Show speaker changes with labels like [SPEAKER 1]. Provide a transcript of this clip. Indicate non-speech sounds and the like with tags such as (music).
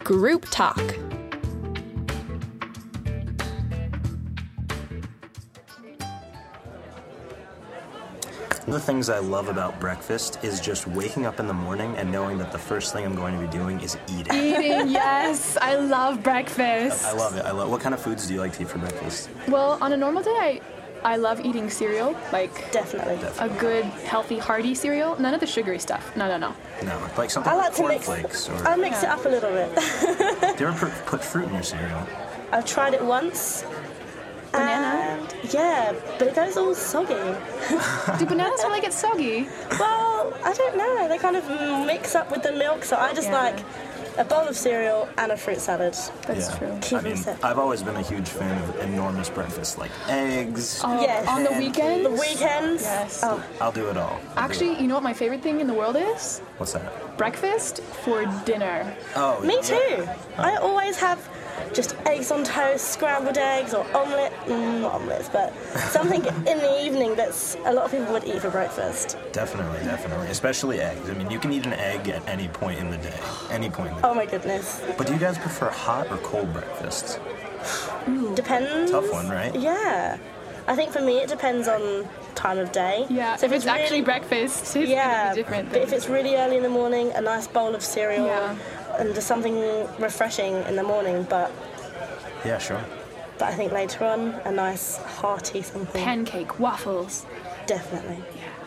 [SPEAKER 1] Group Talk.
[SPEAKER 2] One of the things I love about breakfast is just waking up in the morning and knowing that the first thing I'm going to be doing is eating.
[SPEAKER 1] Eating, yes. I love breakfast.
[SPEAKER 2] I love it. I love. What kind of foods do you like to eat for breakfast?
[SPEAKER 1] Well, on a normal day, I, I love eating cereal, like
[SPEAKER 3] Definitely.
[SPEAKER 1] a good, healthy, hearty cereal. None of the sugary stuff. No, no, no.
[SPEAKER 2] No, like something
[SPEAKER 3] I
[SPEAKER 2] like
[SPEAKER 3] like to mix.
[SPEAKER 2] cornflakes or.
[SPEAKER 3] I'll mix it up a little bit.
[SPEAKER 2] do you ever put, put fruit in your cereal?
[SPEAKER 3] I've tried it once.
[SPEAKER 1] Banana?
[SPEAKER 3] And yeah, but it goes all soggy.
[SPEAKER 1] Do bananas really get soggy?
[SPEAKER 3] Well, I don't know. They kind of mix up with the milk, so I just
[SPEAKER 1] Yeah.
[SPEAKER 3] like a bowl of cereal and a fruit salad.
[SPEAKER 1] That's
[SPEAKER 2] yeah.
[SPEAKER 1] true.
[SPEAKER 3] Keep
[SPEAKER 2] I mean,
[SPEAKER 3] it.
[SPEAKER 2] I've always been a huge fan of enormous breakfast, like eggs.
[SPEAKER 1] Oh,
[SPEAKER 3] Yes.
[SPEAKER 1] On the
[SPEAKER 2] And
[SPEAKER 1] weekends?
[SPEAKER 3] The weekends.
[SPEAKER 1] Yes.
[SPEAKER 3] Oh,
[SPEAKER 2] I'll do it all. I'll do
[SPEAKER 1] Actually,
[SPEAKER 2] it.
[SPEAKER 1] you know what my favorite thing in the world is?
[SPEAKER 2] what's that?
[SPEAKER 1] Breakfast for dinner.
[SPEAKER 2] Oh,
[SPEAKER 3] me
[SPEAKER 2] yeah.
[SPEAKER 3] too. I always have just eggs on toast, scrambled eggs, or omelette. Mm, not omelettes, but
[SPEAKER 2] (laughs)
[SPEAKER 3] something in the evening that's a lot of people would eat for breakfast.
[SPEAKER 2] Definitely, definitely. Especially eggs. I mean, you can eat an egg at any point in the day. Any point in the day.
[SPEAKER 3] Oh my goodness.
[SPEAKER 2] But do you guys prefer hot or cold breakfasts?
[SPEAKER 3] Depends.
[SPEAKER 2] Tough one, right?
[SPEAKER 3] Yeah. I think for me it depends on time of day.
[SPEAKER 1] Yeah,
[SPEAKER 3] So
[SPEAKER 1] if it's
[SPEAKER 3] really-
[SPEAKER 1] actually breakfast, it's
[SPEAKER 3] yeah,
[SPEAKER 1] gonna be different.
[SPEAKER 3] but if
[SPEAKER 1] than-
[SPEAKER 3] it's really early in the morning, a nice bowl of cereal
[SPEAKER 1] Yeah.
[SPEAKER 3] and just something refreshing in the morning. But
[SPEAKER 2] Yeah, sure.
[SPEAKER 3] but I think later on, a nice hearty something.
[SPEAKER 1] pancake, waffles.
[SPEAKER 3] Definitely.
[SPEAKER 1] Yeah.